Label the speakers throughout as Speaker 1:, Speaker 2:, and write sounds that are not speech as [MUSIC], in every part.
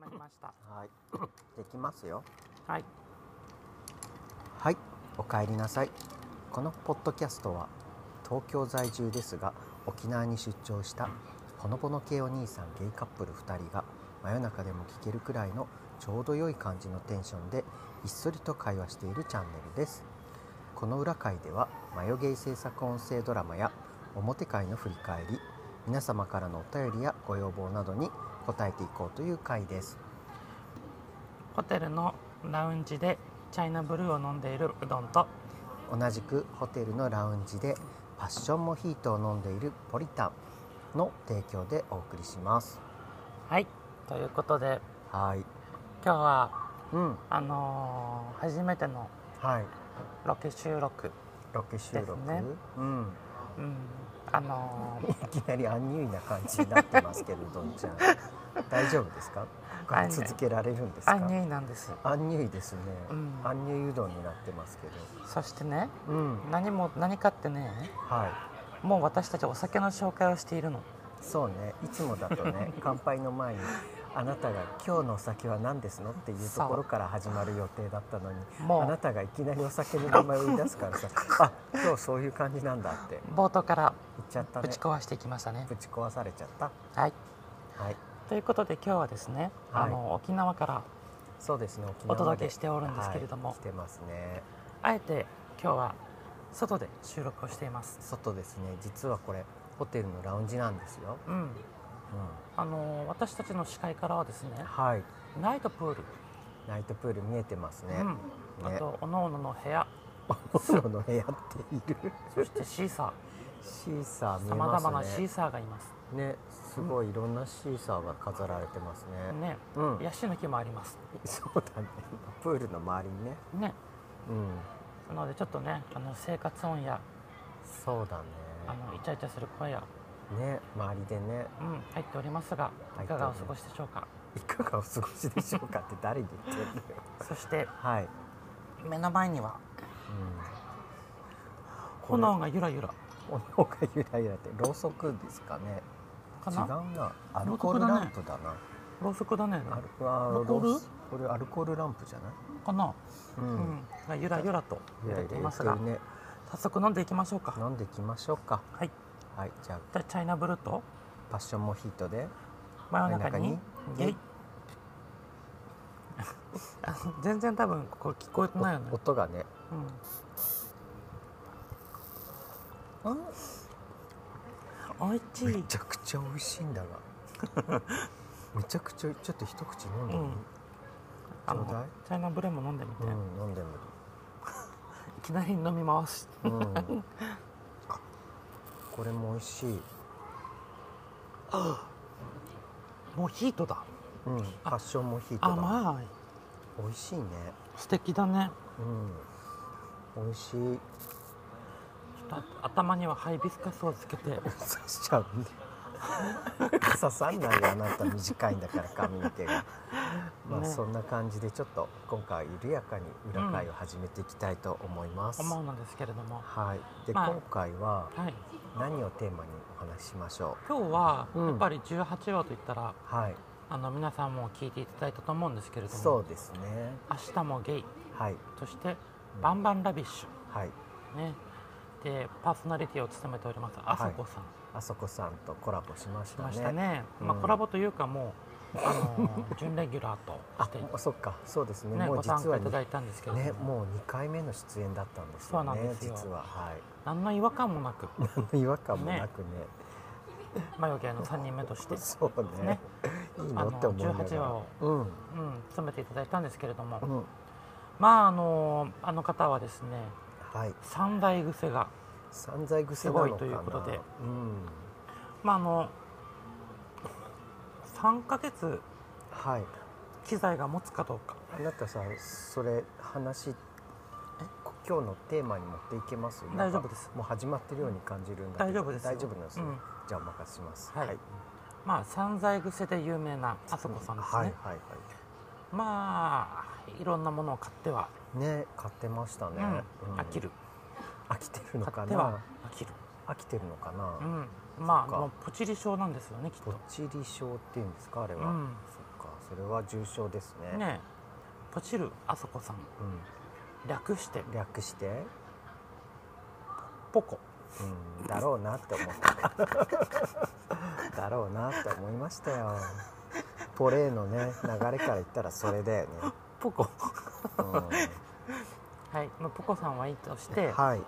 Speaker 1: まりました
Speaker 2: はい。 [COUGHS] できますよ。
Speaker 1: はい
Speaker 2: はい、お帰りなさい。このポッドキャストは東京在住ですが沖縄に出張したほのぼの系お兄さんゲイカップル2人が真夜中でも聞けるくらいのちょうど良い感じのテンションでひっそりと会話しているチャンネルです。この裏会ではマヨゲイ制作音声ドラマや表会の振り返り皆様からのお便りやご要望などに答えていこうという会です。
Speaker 1: ホテルのラウンジでチャイナブルーを飲んでいるうどんと
Speaker 2: 同じくホテルのラウンジでパッションモヒートを飲んでいるポリタンの提供でお送りします
Speaker 1: はいということで
Speaker 2: はい
Speaker 1: 今日は
Speaker 2: うん
Speaker 1: あのー初めての
Speaker 2: はい
Speaker 1: ロケ収録
Speaker 2: ロケ収録、
Speaker 1: ですね
Speaker 2: うん
Speaker 1: うんあのー
Speaker 2: いきなりアンニュイな感じになってますけどどんちゃん
Speaker 1: [LAUGHS]
Speaker 2: 大丈夫ですかこれ続けられるんですか
Speaker 1: アンニュイなんです
Speaker 2: アンニュイですね、
Speaker 1: うん
Speaker 2: アンニュイうどんになってますけど
Speaker 1: そしてね
Speaker 2: うん
Speaker 1: 何も何かってね
Speaker 2: は
Speaker 1: もう私たちお酒の紹介をしているの
Speaker 2: いそうねいつもだ
Speaker 1: [LAUGHS]
Speaker 2: とね乾杯の前にあなたが今日のお酒は何ですのっていうところから始まる予定だったのにあな
Speaker 1: も
Speaker 2: たがいきなりお酒の名前を言い出すか
Speaker 1: [LAUGHS]
Speaker 2: らさあ今日そういう感じなんだって
Speaker 1: う冒頭から
Speaker 2: 言っちゃった
Speaker 1: ぶ
Speaker 2: ね
Speaker 1: ち壊していきましたね
Speaker 2: ぶち壊されちゃった
Speaker 1: はい
Speaker 2: はい
Speaker 1: ということで今日はですね、
Speaker 2: はい
Speaker 1: あの沖縄から
Speaker 2: そうですね沖縄
Speaker 1: お届
Speaker 2: ま
Speaker 1: けしておるんですけれども、
Speaker 2: はい来てますね
Speaker 1: あえて今日は外で収録をしています
Speaker 2: 外ですね実はこれホテルのラウンジなんですよ、
Speaker 1: うん
Speaker 2: う
Speaker 1: あの私たちの視界からはですね
Speaker 2: ん、はい
Speaker 1: ナイトプール、
Speaker 2: ナイトプール見えてますね、
Speaker 1: うん、あ
Speaker 2: ね
Speaker 1: とおのおのの部屋
Speaker 2: [LAUGHS] お風呂の部屋っている
Speaker 1: そしてシーサ
Speaker 2: シーサー
Speaker 1: ー
Speaker 2: 見え
Speaker 1: さま
Speaker 2: ま
Speaker 1: ざまな
Speaker 2: す
Speaker 1: シー
Speaker 2: ね
Speaker 1: サーがいます
Speaker 2: ねすごいいろんなシーサーが飾られてますね、
Speaker 1: ね
Speaker 2: うん
Speaker 1: ヤシの木もあります
Speaker 2: そうだねプールの周りにね
Speaker 1: ね
Speaker 2: うん
Speaker 1: なのでちょっとねあの生活音や
Speaker 2: そうだね
Speaker 1: あのイチャイチャする声や、
Speaker 2: ね周りでね
Speaker 1: うん、入っておりますが
Speaker 2: 入
Speaker 1: い
Speaker 2: っ
Speaker 1: か
Speaker 2: ており
Speaker 1: が
Speaker 2: ま
Speaker 1: お
Speaker 2: す
Speaker 1: 過ごしでしょうか
Speaker 2: いかがお過ごしでしょうかって誰に言って [LAUGHS] るのよ
Speaker 1: そして
Speaker 2: はい、うん、
Speaker 1: 目の前には炎がゆらゆら
Speaker 2: 炎がゆらゆらってろうそくですかね
Speaker 1: か
Speaker 2: 違う
Speaker 1: な
Speaker 2: なアルコールランプだな
Speaker 1: ろうそくだね
Speaker 2: アルあ
Speaker 1: アルコール
Speaker 2: ろうそこれアルコールランプじゃない
Speaker 1: かな、
Speaker 2: う、
Speaker 1: うんん、がゆらゆらと
Speaker 2: ゆ
Speaker 1: 揺
Speaker 2: ら
Speaker 1: れ
Speaker 2: ゆ
Speaker 1: て
Speaker 2: ら
Speaker 1: い
Speaker 2: 言
Speaker 1: ま
Speaker 2: っ
Speaker 1: す
Speaker 2: て
Speaker 1: が
Speaker 2: るね
Speaker 1: 早速飲んでいきましょうか
Speaker 2: 飲んでいきましょうか
Speaker 1: はい
Speaker 2: はいじゃあ
Speaker 1: じゃあチャイナブルーと
Speaker 2: パッションモヒートで
Speaker 1: 真夜中に
Speaker 2: 真夜中に
Speaker 1: ゲイ [LAUGHS] あの全然多分ここ聞こえてないよね
Speaker 2: お、音がね
Speaker 1: うん、
Speaker 2: うん
Speaker 1: おいしい
Speaker 2: めちゃくちゃ美味しいんだがめちゃくちゃちょっと一口飲んでみる、
Speaker 1: あ
Speaker 2: ちょうだ
Speaker 1: の
Speaker 2: い
Speaker 1: チャイナブレも飲んでみて、
Speaker 2: うん
Speaker 1: い
Speaker 2: 飲んでみ
Speaker 1: きなり飲み回す
Speaker 2: る、うん、あこれも美味しい、
Speaker 1: もうヒートだ
Speaker 2: うん、パッションモヒートだ
Speaker 1: 甘い
Speaker 2: 美味しいね
Speaker 1: 素敵だね
Speaker 2: うん美味しい
Speaker 1: ちょっとあ頭にはハイビスカスをつけて
Speaker 2: 刺しちゃうね刺さんないよあなた短いんだから髪の毛がまあ、
Speaker 1: ね
Speaker 2: そんな感じでちょっと今回は緩やかに裏会を始めていきたいと思います、
Speaker 1: 思うのですけれども
Speaker 2: はいで、
Speaker 1: まあ
Speaker 2: 今回は
Speaker 1: はい
Speaker 2: 何をテーマにお話ししましょう
Speaker 1: 今日は
Speaker 2: うん
Speaker 1: やっぱり18話といったら、
Speaker 2: はい、
Speaker 1: あの皆さんも聞いていただいたと思うんですけれども
Speaker 2: そうですね。
Speaker 1: 明日もゲイ
Speaker 2: はい、
Speaker 1: そしてバンバンラビッシ
Speaker 2: はい、
Speaker 1: ュ、ね、でパーソナリティを務めておりますあそこさん、
Speaker 2: あそこさんとコラボしまし
Speaker 1: した
Speaker 2: ね。
Speaker 1: ましたね、まあ、
Speaker 2: うん
Speaker 1: コラボというかもう、あの
Speaker 2: [LAUGHS]
Speaker 1: ー準レギュラーと
Speaker 2: あ
Speaker 1: し、て、ね、
Speaker 2: そっか、そうですね。もう
Speaker 1: ご参
Speaker 2: 実は
Speaker 1: 加いた
Speaker 2: に
Speaker 1: だいたんですけれども、
Speaker 2: ね、もう二回目の出演だったんです
Speaker 1: そう
Speaker 2: よ
Speaker 1: なん
Speaker 2: ね
Speaker 1: で。すよ
Speaker 2: 実は、はい、
Speaker 1: 何の違和感もなく
Speaker 2: 何 [LAUGHS] の違和感もなくね。
Speaker 1: 眉毛の3人目として、
Speaker 2: そうね。
Speaker 1: ね
Speaker 2: いい
Speaker 1: あ
Speaker 2: の
Speaker 1: の
Speaker 2: って思いながら。
Speaker 1: 18話を、
Speaker 2: うん、
Speaker 1: うん、務めていただいたんですけれども、
Speaker 2: うん、
Speaker 1: まああのーあの方はですね
Speaker 2: はい、
Speaker 1: 三大癖が
Speaker 2: 散財癖なのかな。
Speaker 1: すごいということで
Speaker 2: うん、
Speaker 1: まああの3ヶ月
Speaker 2: はい。
Speaker 1: 機材が持つかどうか
Speaker 2: あなたさ、それ話。こ今日のテーマに持っていけますなんか
Speaker 1: 大丈夫です
Speaker 2: もう始まってるように感じるんだけど
Speaker 1: 大丈夫ですよ
Speaker 2: 大丈夫なんですね、
Speaker 1: うん
Speaker 2: じゃあお任せします
Speaker 1: はいまあ散財癖で有名なあそこさんですね、
Speaker 2: はいはいは
Speaker 1: まあいろんなものを買っては、
Speaker 2: い。ね買ってましたね。
Speaker 1: うん
Speaker 2: うん
Speaker 1: 飽きる
Speaker 2: 飽きてるの
Speaker 1: 買
Speaker 2: か
Speaker 1: っては
Speaker 2: な。
Speaker 1: 飽きる、
Speaker 2: 飽きてるのか
Speaker 1: う
Speaker 2: な。
Speaker 1: ん、ま
Speaker 2: そっ
Speaker 1: あ
Speaker 2: か
Speaker 1: もうポチリ症なんですよねきっ
Speaker 2: ぽっ
Speaker 1: と
Speaker 2: ちり症っていうんですかあれは。
Speaker 1: うん
Speaker 2: そっかそれは重症ですね
Speaker 1: ねえポチルあそこさん略して
Speaker 2: うん、略してポコ、うん、だろうなって思っ
Speaker 1: [LAUGHS]
Speaker 2: ただろうなって思いましたよポレーのね流れから言ったらそれだよね、
Speaker 1: ポコ
Speaker 2: うん
Speaker 1: はい、まあ、ポコさんはいいとして、
Speaker 2: はい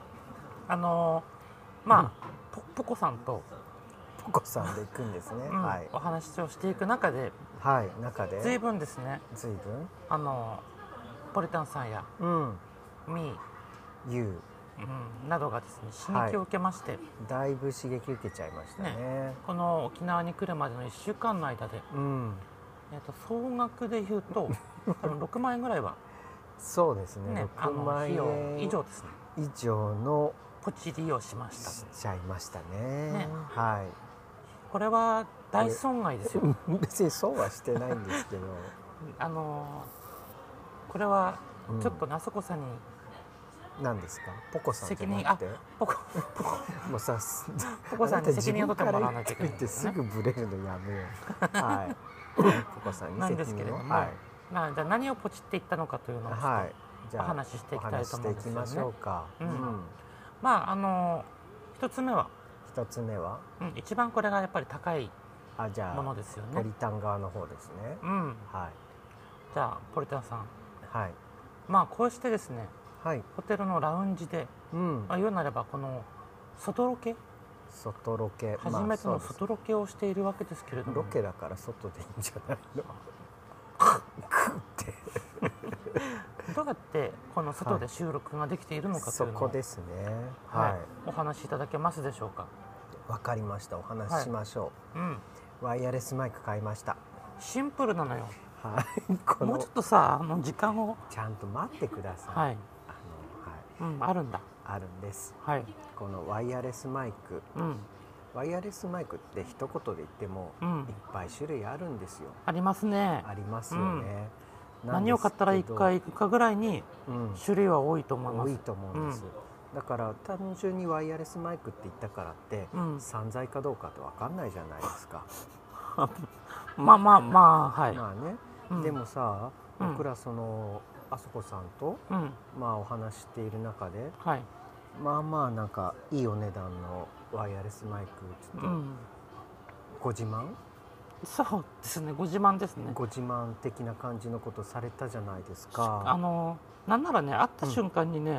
Speaker 1: あのーまあ、ポポコさんと、
Speaker 2: ポコさんで行くんですね、
Speaker 1: うん
Speaker 2: はい
Speaker 1: お話をしていく中で
Speaker 2: はい中で
Speaker 1: 随分ですね
Speaker 2: 随分
Speaker 1: あのーポリタンさんや
Speaker 2: うん
Speaker 1: ミー、
Speaker 2: 言う
Speaker 1: うん、などがですね刺激を受けまして、
Speaker 2: だいぶ刺激受けちゃいましたね
Speaker 1: この沖縄に来るまでの1週間の間で、
Speaker 2: うん
Speaker 1: えっと総額で言う
Speaker 2: [LAUGHS]
Speaker 1: と多分6万円ぐらいは、
Speaker 2: そうですね
Speaker 1: ね、あ
Speaker 2: 6
Speaker 1: の
Speaker 2: 万
Speaker 1: 費用
Speaker 2: 円
Speaker 1: 以上ですね
Speaker 2: 以上の
Speaker 1: ポチ利用しました
Speaker 2: しちゃいましたね
Speaker 1: ね
Speaker 2: は
Speaker 1: これは大損害ですよ
Speaker 2: い別にそうはしてないんです
Speaker 1: [LAUGHS]
Speaker 2: けど、
Speaker 1: あのーこれは
Speaker 2: うん
Speaker 1: ちょっとなそこさんに
Speaker 2: 何ですかポコさんじゃ
Speaker 1: 責
Speaker 2: な
Speaker 1: 任、
Speaker 2: く
Speaker 1: あ
Speaker 2: て
Speaker 1: ポ
Speaker 2: [LAUGHS]
Speaker 1: コポコ
Speaker 2: もうさ
Speaker 1: ポコさんに責任を取ってもらわなきゃいけ
Speaker 2: あ
Speaker 1: ないん
Speaker 2: た自分から言っといて
Speaker 1: です
Speaker 2: す
Speaker 1: よね
Speaker 2: ぐブレるのやめよ
Speaker 1: [LAUGHS]
Speaker 2: うはいポコさんに
Speaker 1: なん
Speaker 2: 責任を
Speaker 1: ですけれども、
Speaker 2: はい
Speaker 1: まあ、じゃあ何をポチって言ったのかというのをちょっと
Speaker 2: はいじ
Speaker 1: お話ししていきたいと思うんですよね
Speaker 2: お話していきましょうか、
Speaker 1: うん
Speaker 2: うん
Speaker 1: まああのー一つ目は、
Speaker 2: 一つ目は
Speaker 1: うん、一番これがやっぱり高い
Speaker 2: あじゃあ
Speaker 1: ものですよ
Speaker 2: ポ
Speaker 1: ね
Speaker 2: リタン側の方ですね
Speaker 1: うん
Speaker 2: は
Speaker 1: じゃあポリタンさん
Speaker 2: いはい
Speaker 1: まあこうしてですね
Speaker 2: はい
Speaker 1: ホテルのラウンジで、
Speaker 2: うん
Speaker 1: まあ、言うなればこの外ロケ
Speaker 2: 外ロケまあ
Speaker 1: 初めての
Speaker 2: そうです
Speaker 1: 外ロケをしているわけですけれども、
Speaker 2: ロケだから外でいいんじゃないのって
Speaker 1: どうやってこの外で収録ができているのかと
Speaker 2: そ
Speaker 1: いうのを、
Speaker 2: こですね
Speaker 1: はい
Speaker 2: は
Speaker 1: お話しいただけますでしょうか、
Speaker 2: いわかりましたお話ししましょ
Speaker 1: うん、
Speaker 2: う、ワイヤレスマイク買いました
Speaker 1: シンプルなのよ
Speaker 2: はいこ
Speaker 1: もう
Speaker 2: の
Speaker 1: ちょっとさあの時間を
Speaker 2: ちゃんと待ってください、
Speaker 1: はい、
Speaker 2: あのはい
Speaker 1: うん、あるんだ
Speaker 2: あるんです
Speaker 1: はい
Speaker 2: このワイヤレスマイク
Speaker 1: うん
Speaker 2: ワイヤレスマイクって一言で言っても
Speaker 1: う
Speaker 2: いっ
Speaker 1: ん
Speaker 2: ぱい種類あるんですよ
Speaker 1: ありますね
Speaker 2: ありますよね、なんですけど
Speaker 1: 何を買ったら1回行くかぐらいに
Speaker 2: うん
Speaker 1: 種類は多いと思いま
Speaker 2: 多
Speaker 1: す
Speaker 2: いと思うんです、だから単純にワイヤレスマイクって言ったからって、
Speaker 1: うん
Speaker 2: 散財かどうかって分かんないじゃないですか、
Speaker 1: まあまあまあはい、
Speaker 2: まあね、
Speaker 1: うん
Speaker 2: でもさ
Speaker 1: うん
Speaker 2: 僕らそのあそこさんと、
Speaker 1: うん
Speaker 2: まあ、お話ししている中で
Speaker 1: はい
Speaker 2: まあまあなんかいいお値段のワイヤレスマイクちょっ
Speaker 1: う
Speaker 2: と
Speaker 1: ん
Speaker 2: ご自慢、
Speaker 1: そうですねご自慢ですね
Speaker 2: ご自慢的な感じのことされたじゃないです
Speaker 1: あ
Speaker 2: か。
Speaker 1: のなんならね会った瞬間にね、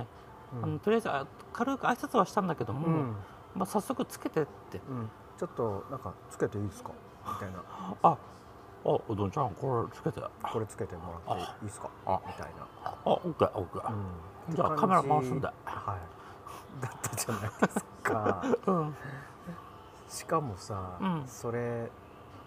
Speaker 2: うん
Speaker 1: あのとりあえずあ軽く挨拶はしたんだけども、
Speaker 2: うん
Speaker 1: まあ、早速つけてって
Speaker 2: うんちょっとなんかつけていいですかみたいな
Speaker 1: ああうどんちゃんこれつけてあ
Speaker 2: これつけてもらっていいですか
Speaker 1: あ
Speaker 2: みたいな
Speaker 1: オッケーオッケー
Speaker 2: うん
Speaker 1: じゃあカメラ回すんだ
Speaker 2: はいだったじゃないですか
Speaker 1: うん
Speaker 2: しかもさ、
Speaker 1: うん
Speaker 2: それ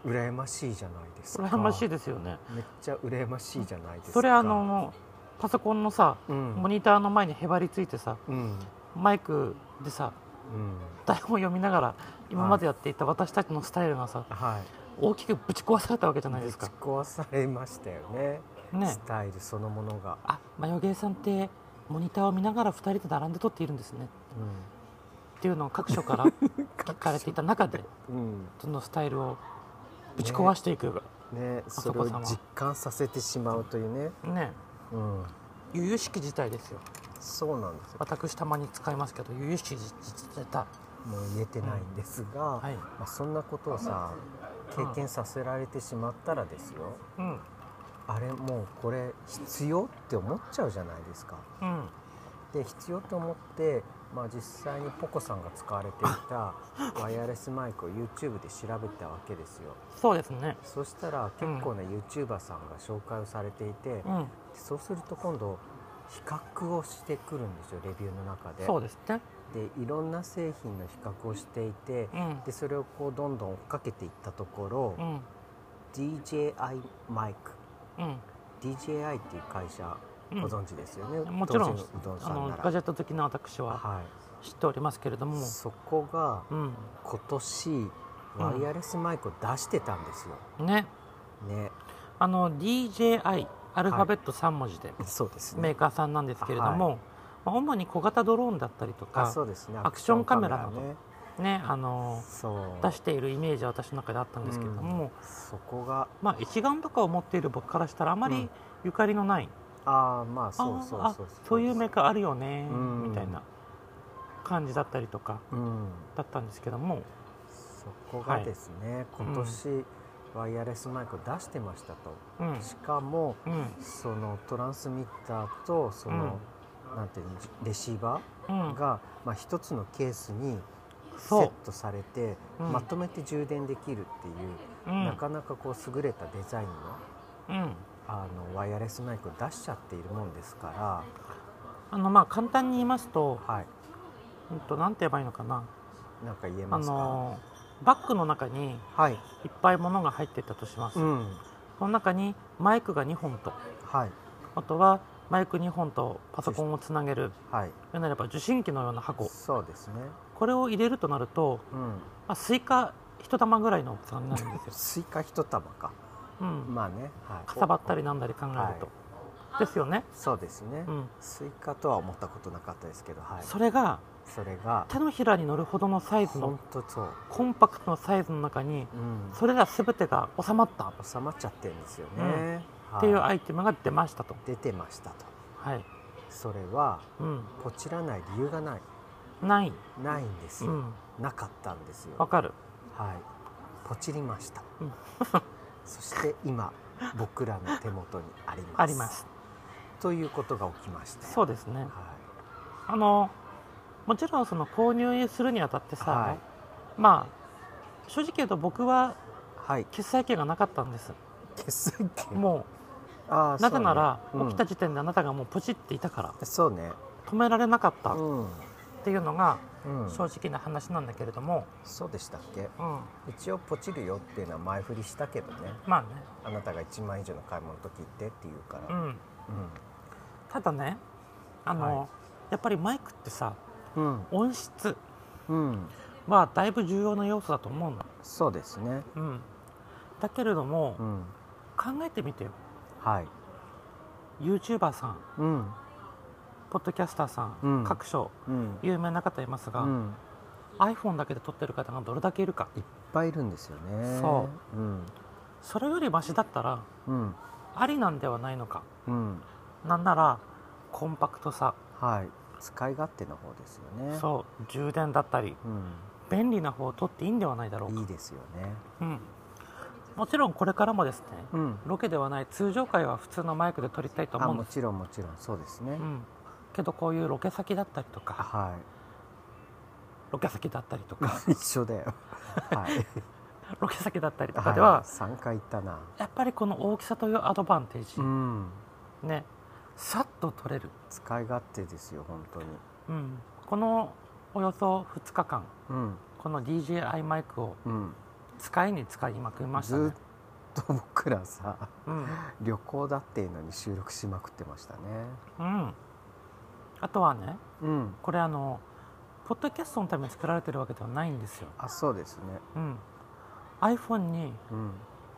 Speaker 2: 羨ましいじゃないですか
Speaker 1: 羨ましいですよね
Speaker 2: めっちゃ羨ましいじゃないですか
Speaker 1: それあのパソコンのさ
Speaker 2: うん
Speaker 1: モニターの前にへばりついてさ
Speaker 2: うん
Speaker 1: マイクでさ
Speaker 2: うん
Speaker 1: 台本読みながら今までやっていた私たちのスタイルがさ
Speaker 2: はい
Speaker 1: 大きくぶち壊されたわけじゃないです
Speaker 2: ぶ
Speaker 1: か
Speaker 2: ち壊されましたよね
Speaker 1: ね
Speaker 2: スタイルそのものが、
Speaker 1: あマヨゲーさんってモニターを見ながら2人で並んで撮っているんですね
Speaker 2: う
Speaker 1: っていうのを各所から
Speaker 2: ん、
Speaker 1: 聞かれていた中で
Speaker 2: うん
Speaker 1: そのスタイルをぶち壊していく
Speaker 2: ねそ
Speaker 1: そ
Speaker 2: れ
Speaker 1: こ
Speaker 2: を
Speaker 1: 様
Speaker 2: 実感させてしまうというね、
Speaker 1: ね
Speaker 2: うん、
Speaker 1: 由々しき事態ですよ
Speaker 2: そうなんですよ
Speaker 1: 私たまに使いますけど由々しき事態
Speaker 2: もう言えてないんですが、
Speaker 1: はい
Speaker 2: まあ、そんなことをさ経験させられてしまったらですよ、
Speaker 1: うん
Speaker 2: あれもうこれ必要って思っちゃうじゃないですか
Speaker 1: うん
Speaker 2: で必要と思って、まあ、実際にポコさんが使われてい
Speaker 1: [LAUGHS]
Speaker 2: たワイヤレスマイクを YouTube で調べたわけですよ
Speaker 1: そうですね
Speaker 2: そしたら結構な YouTuber さんが紹介をされていて、
Speaker 1: うん
Speaker 2: そうすると今度比較をしてくるんですよレビューの中で
Speaker 1: そうですね
Speaker 2: でいろんな製品の比較をしていて
Speaker 1: うん
Speaker 2: でそれをこうどんどん追っかけていったところ、
Speaker 1: うん
Speaker 2: DJI マイク
Speaker 1: うん
Speaker 2: DJI っていう会社
Speaker 1: うん
Speaker 2: ご存知ですよね、
Speaker 1: もちろん
Speaker 2: 当然うどん
Speaker 1: あ
Speaker 2: さん
Speaker 1: の
Speaker 2: な
Speaker 1: ガ
Speaker 2: ら
Speaker 1: ジェット好きな私は
Speaker 2: は
Speaker 1: 知っておりますけれど
Speaker 2: い
Speaker 1: も
Speaker 2: そこが
Speaker 1: うん
Speaker 2: 今年ワイヤレスマイクを出してたんですよ、
Speaker 1: ね
Speaker 2: ね
Speaker 1: あの DJI アルファベット3文字で
Speaker 2: そうです
Speaker 1: メ
Speaker 2: ね
Speaker 1: ーカーさんなんですけれどもまあ主に小型ドローンだったりと
Speaker 2: あ
Speaker 1: か
Speaker 2: そうですね
Speaker 1: アクションカメラなど
Speaker 2: ね
Speaker 1: ねあの
Speaker 2: そう
Speaker 1: 出しているイメージは私の中であったんですけれども、
Speaker 2: そこが
Speaker 1: まあ一眼とかを持っている僕からしたらあま
Speaker 2: う
Speaker 1: り
Speaker 2: ん
Speaker 1: ゆかりのない、
Speaker 2: ああまあそうそう
Speaker 1: ああ
Speaker 2: そう
Speaker 1: そういうメーカーあるよね
Speaker 2: うん
Speaker 1: みたいな感じだったりとか
Speaker 2: うん
Speaker 1: だったんですけども
Speaker 2: そこがですね、今年、ワイヤレスマイクを出してましたと
Speaker 1: うん
Speaker 2: しかも
Speaker 1: うん
Speaker 2: そのトランスミッターとその、なんていうのレシーバ
Speaker 1: う
Speaker 2: ー
Speaker 1: ん
Speaker 2: が、まあ、一つのケースにセ
Speaker 1: そう
Speaker 2: ットされて、
Speaker 1: うん
Speaker 2: まとめて充電できるっていう、
Speaker 1: うん
Speaker 2: なかなかこう優れたデザインの
Speaker 1: うん
Speaker 2: あのワイヤレスマイクを出しちゃっているもんですか
Speaker 1: あのまあ簡単に言いますと
Speaker 2: らはい
Speaker 1: うんとなんて言えばいいのかな
Speaker 2: なんか言え
Speaker 1: あ
Speaker 2: ますか、
Speaker 1: のバッグの中に
Speaker 2: はい、
Speaker 1: いっぱい物が入ってたとします、
Speaker 2: うん、
Speaker 1: その中にマイクが2本と
Speaker 2: はい
Speaker 1: あとはマイク2本とパソコンをつなげる
Speaker 2: はい
Speaker 1: 言うなれば受信機のような箱
Speaker 2: そうですね
Speaker 1: これを入れるとなると、
Speaker 2: うん
Speaker 1: まあ、スイカ一玉ぐらいの大きさにな
Speaker 2: [LAUGHS]
Speaker 1: るんですよ、
Speaker 2: スイカ一束か
Speaker 1: うん、
Speaker 2: まあね、はい、
Speaker 1: かさばったりなんだり考えると、ですよね、
Speaker 2: そうですね、
Speaker 1: うん、
Speaker 2: スイカとは思ったことなかったですけどはい
Speaker 1: それが
Speaker 2: それが
Speaker 1: 手のひらに乗るほどのサイズの
Speaker 2: 本当そう、
Speaker 1: コンパクトのサイズの中に
Speaker 2: うん、
Speaker 1: それら全てが収まったっ
Speaker 2: 収まっちゃってるんですよね、
Speaker 1: うん
Speaker 2: は
Speaker 1: ていうアイテムが出ましたと、
Speaker 2: 出てましたと
Speaker 1: はい
Speaker 2: それは
Speaker 1: うん、
Speaker 2: ポチらない理由がない
Speaker 1: ない、
Speaker 2: ないんです
Speaker 1: う
Speaker 2: よ、
Speaker 1: ん、
Speaker 2: なかったんですよ
Speaker 1: わかる
Speaker 2: はいポチりました、
Speaker 1: うん
Speaker 2: [LAUGHS] そして今僕らの手元にあります
Speaker 1: あります
Speaker 2: ということが起きました
Speaker 1: そう
Speaker 2: で
Speaker 1: ですね
Speaker 2: は
Speaker 1: あのもちろんその購入するにあたってさ、
Speaker 2: は、
Speaker 1: まあ正直言うと僕はい
Speaker 2: はい、
Speaker 1: 決済権がなかったんです
Speaker 2: 決済権
Speaker 1: も
Speaker 2: あ
Speaker 1: う
Speaker 2: ー
Speaker 1: なぜなら、
Speaker 2: そうね
Speaker 1: 起きた時点であなたがもうポチっていたから
Speaker 2: うんそうね
Speaker 1: 止められなかった
Speaker 2: う
Speaker 1: っ
Speaker 2: ん
Speaker 1: ていうのが
Speaker 2: うん、
Speaker 1: 正直な話なんだけれども、
Speaker 2: そうでしたっけ
Speaker 1: うん、
Speaker 2: 一応ポチるよっていうのは前振りしたけどね
Speaker 1: まあね、
Speaker 2: あなたが1万以上の買い物の時行ってって言うか
Speaker 1: う
Speaker 2: ら
Speaker 1: ん、ただねあの、
Speaker 2: はい
Speaker 1: やっぱりマイクってさ
Speaker 2: うん
Speaker 1: 音質
Speaker 2: うん、うん、
Speaker 1: はだいぶ重要な要素だと思うの、
Speaker 2: そうですね
Speaker 1: うん、だけれども、
Speaker 2: うん
Speaker 1: 考えてみてよ
Speaker 2: はい
Speaker 1: YouTuber さん
Speaker 2: うん
Speaker 1: ポッドキャスターさん、
Speaker 2: うん
Speaker 1: 各所
Speaker 2: うん
Speaker 1: 有名な方いますが、
Speaker 2: うん、
Speaker 1: iPhone だけで撮ってる方がどれだけいるか
Speaker 2: いっぱいいるんですよね
Speaker 1: そう
Speaker 2: うん
Speaker 1: それよりマシだったら
Speaker 2: うん
Speaker 1: ありなんではないのか
Speaker 2: うん
Speaker 1: なんならコンパクトさ、
Speaker 2: はい使い勝手の方ですよね
Speaker 1: そう充電だったり
Speaker 2: う、、
Speaker 1: 便利な方を取っていいんではないだろうんか
Speaker 2: いいですよね
Speaker 1: うん、もちろんこれからもですね
Speaker 2: うん
Speaker 1: ロケではない通常回は普通のマイクで撮りたいと
Speaker 2: あ
Speaker 1: 思うん
Speaker 2: も
Speaker 1: です、
Speaker 2: ちろんもちろんそうですね、
Speaker 1: うん、けどこういうロケ先だったりとか
Speaker 2: は
Speaker 1: ロケ先だったりとか
Speaker 2: い [LAUGHS] 一緒だよ
Speaker 1: [LAUGHS]
Speaker 2: はい
Speaker 1: ロケ先だったりとかでは、
Speaker 2: 3回行ったな
Speaker 1: やっぱりこの大きさというアドバンテージ、
Speaker 2: うん
Speaker 1: ねさっと撮れる、
Speaker 2: 使い勝手ですよ本当に
Speaker 1: うん、このおよそ2日間
Speaker 2: うん
Speaker 1: この DJI マイクを
Speaker 2: うん
Speaker 1: 使いに使いまくりましたね
Speaker 2: ずっと僕らさ
Speaker 1: うん、
Speaker 2: 旅行だっていうのに収録しまくってましたね
Speaker 1: うん、あとはね
Speaker 2: うん
Speaker 1: これあのポッドキャストのために作られてるわけではないんですよ、
Speaker 2: あそうですね
Speaker 1: うん、iPhone に
Speaker 2: うん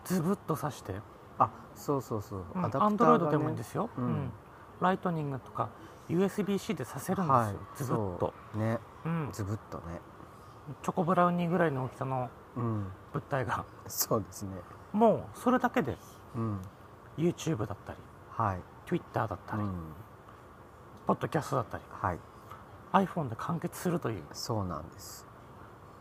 Speaker 1: ズブッと挿して
Speaker 2: あそうそうそう、
Speaker 1: うん
Speaker 2: アダプター
Speaker 1: Android
Speaker 2: が、ね、
Speaker 1: でもいいんですよ、
Speaker 2: うん
Speaker 1: ライトニングとか USB-C で挿せるんですよ、
Speaker 2: はい
Speaker 1: ズブッと、
Speaker 2: そうね
Speaker 1: うん、チ
Speaker 2: ズブッとね
Speaker 1: ョコブラウニーぐらいの大きさの
Speaker 2: うん
Speaker 1: 物体が
Speaker 2: そうですね
Speaker 1: もうそれだけで
Speaker 2: うん
Speaker 1: YouTube だったり
Speaker 2: はい、
Speaker 1: Twitter だったり、
Speaker 2: うん
Speaker 1: ポッドキャストだったり
Speaker 2: はい
Speaker 1: iPhone で完結するという
Speaker 2: そうなんです、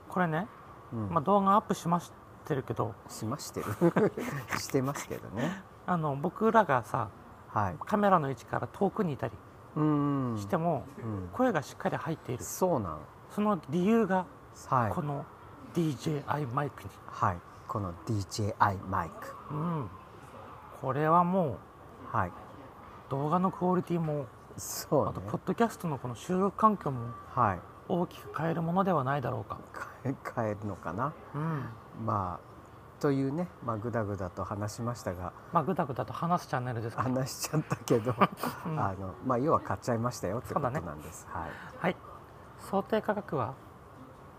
Speaker 1: これね、
Speaker 2: うん
Speaker 1: まあ、動画アップしましてるけど
Speaker 2: しまして [LAUGHS] るしてますけどね
Speaker 1: あの僕らがさ
Speaker 2: はい
Speaker 1: カメラの位置から遠くにいたり
Speaker 2: うん
Speaker 1: しても、
Speaker 2: うん
Speaker 1: 声がしっかり入っている
Speaker 2: そうなの
Speaker 1: その理由が
Speaker 2: はい
Speaker 1: この DJI マイクに、
Speaker 2: はいこの DJI マイク
Speaker 1: うん、これはも
Speaker 2: はいう
Speaker 1: 動画のクオリティも
Speaker 2: そう
Speaker 1: あ
Speaker 2: ね
Speaker 1: とポッドキャストのこの収録環境も
Speaker 2: はい
Speaker 1: 大きく変えるものではないだろうか、
Speaker 2: 変え変えるのかな
Speaker 1: うん、
Speaker 2: まあというねまあグダグダと話しましたが
Speaker 1: まあぐだぐだと話すチャンネルですから、
Speaker 2: 話しちゃったけ [LAUGHS] ど、
Speaker 1: うん
Speaker 2: あのまあ要は買っちゃいましたよってこ
Speaker 1: そう
Speaker 2: と
Speaker 1: だ
Speaker 2: な
Speaker 1: ね
Speaker 2: んです、はい
Speaker 1: はい想定価格は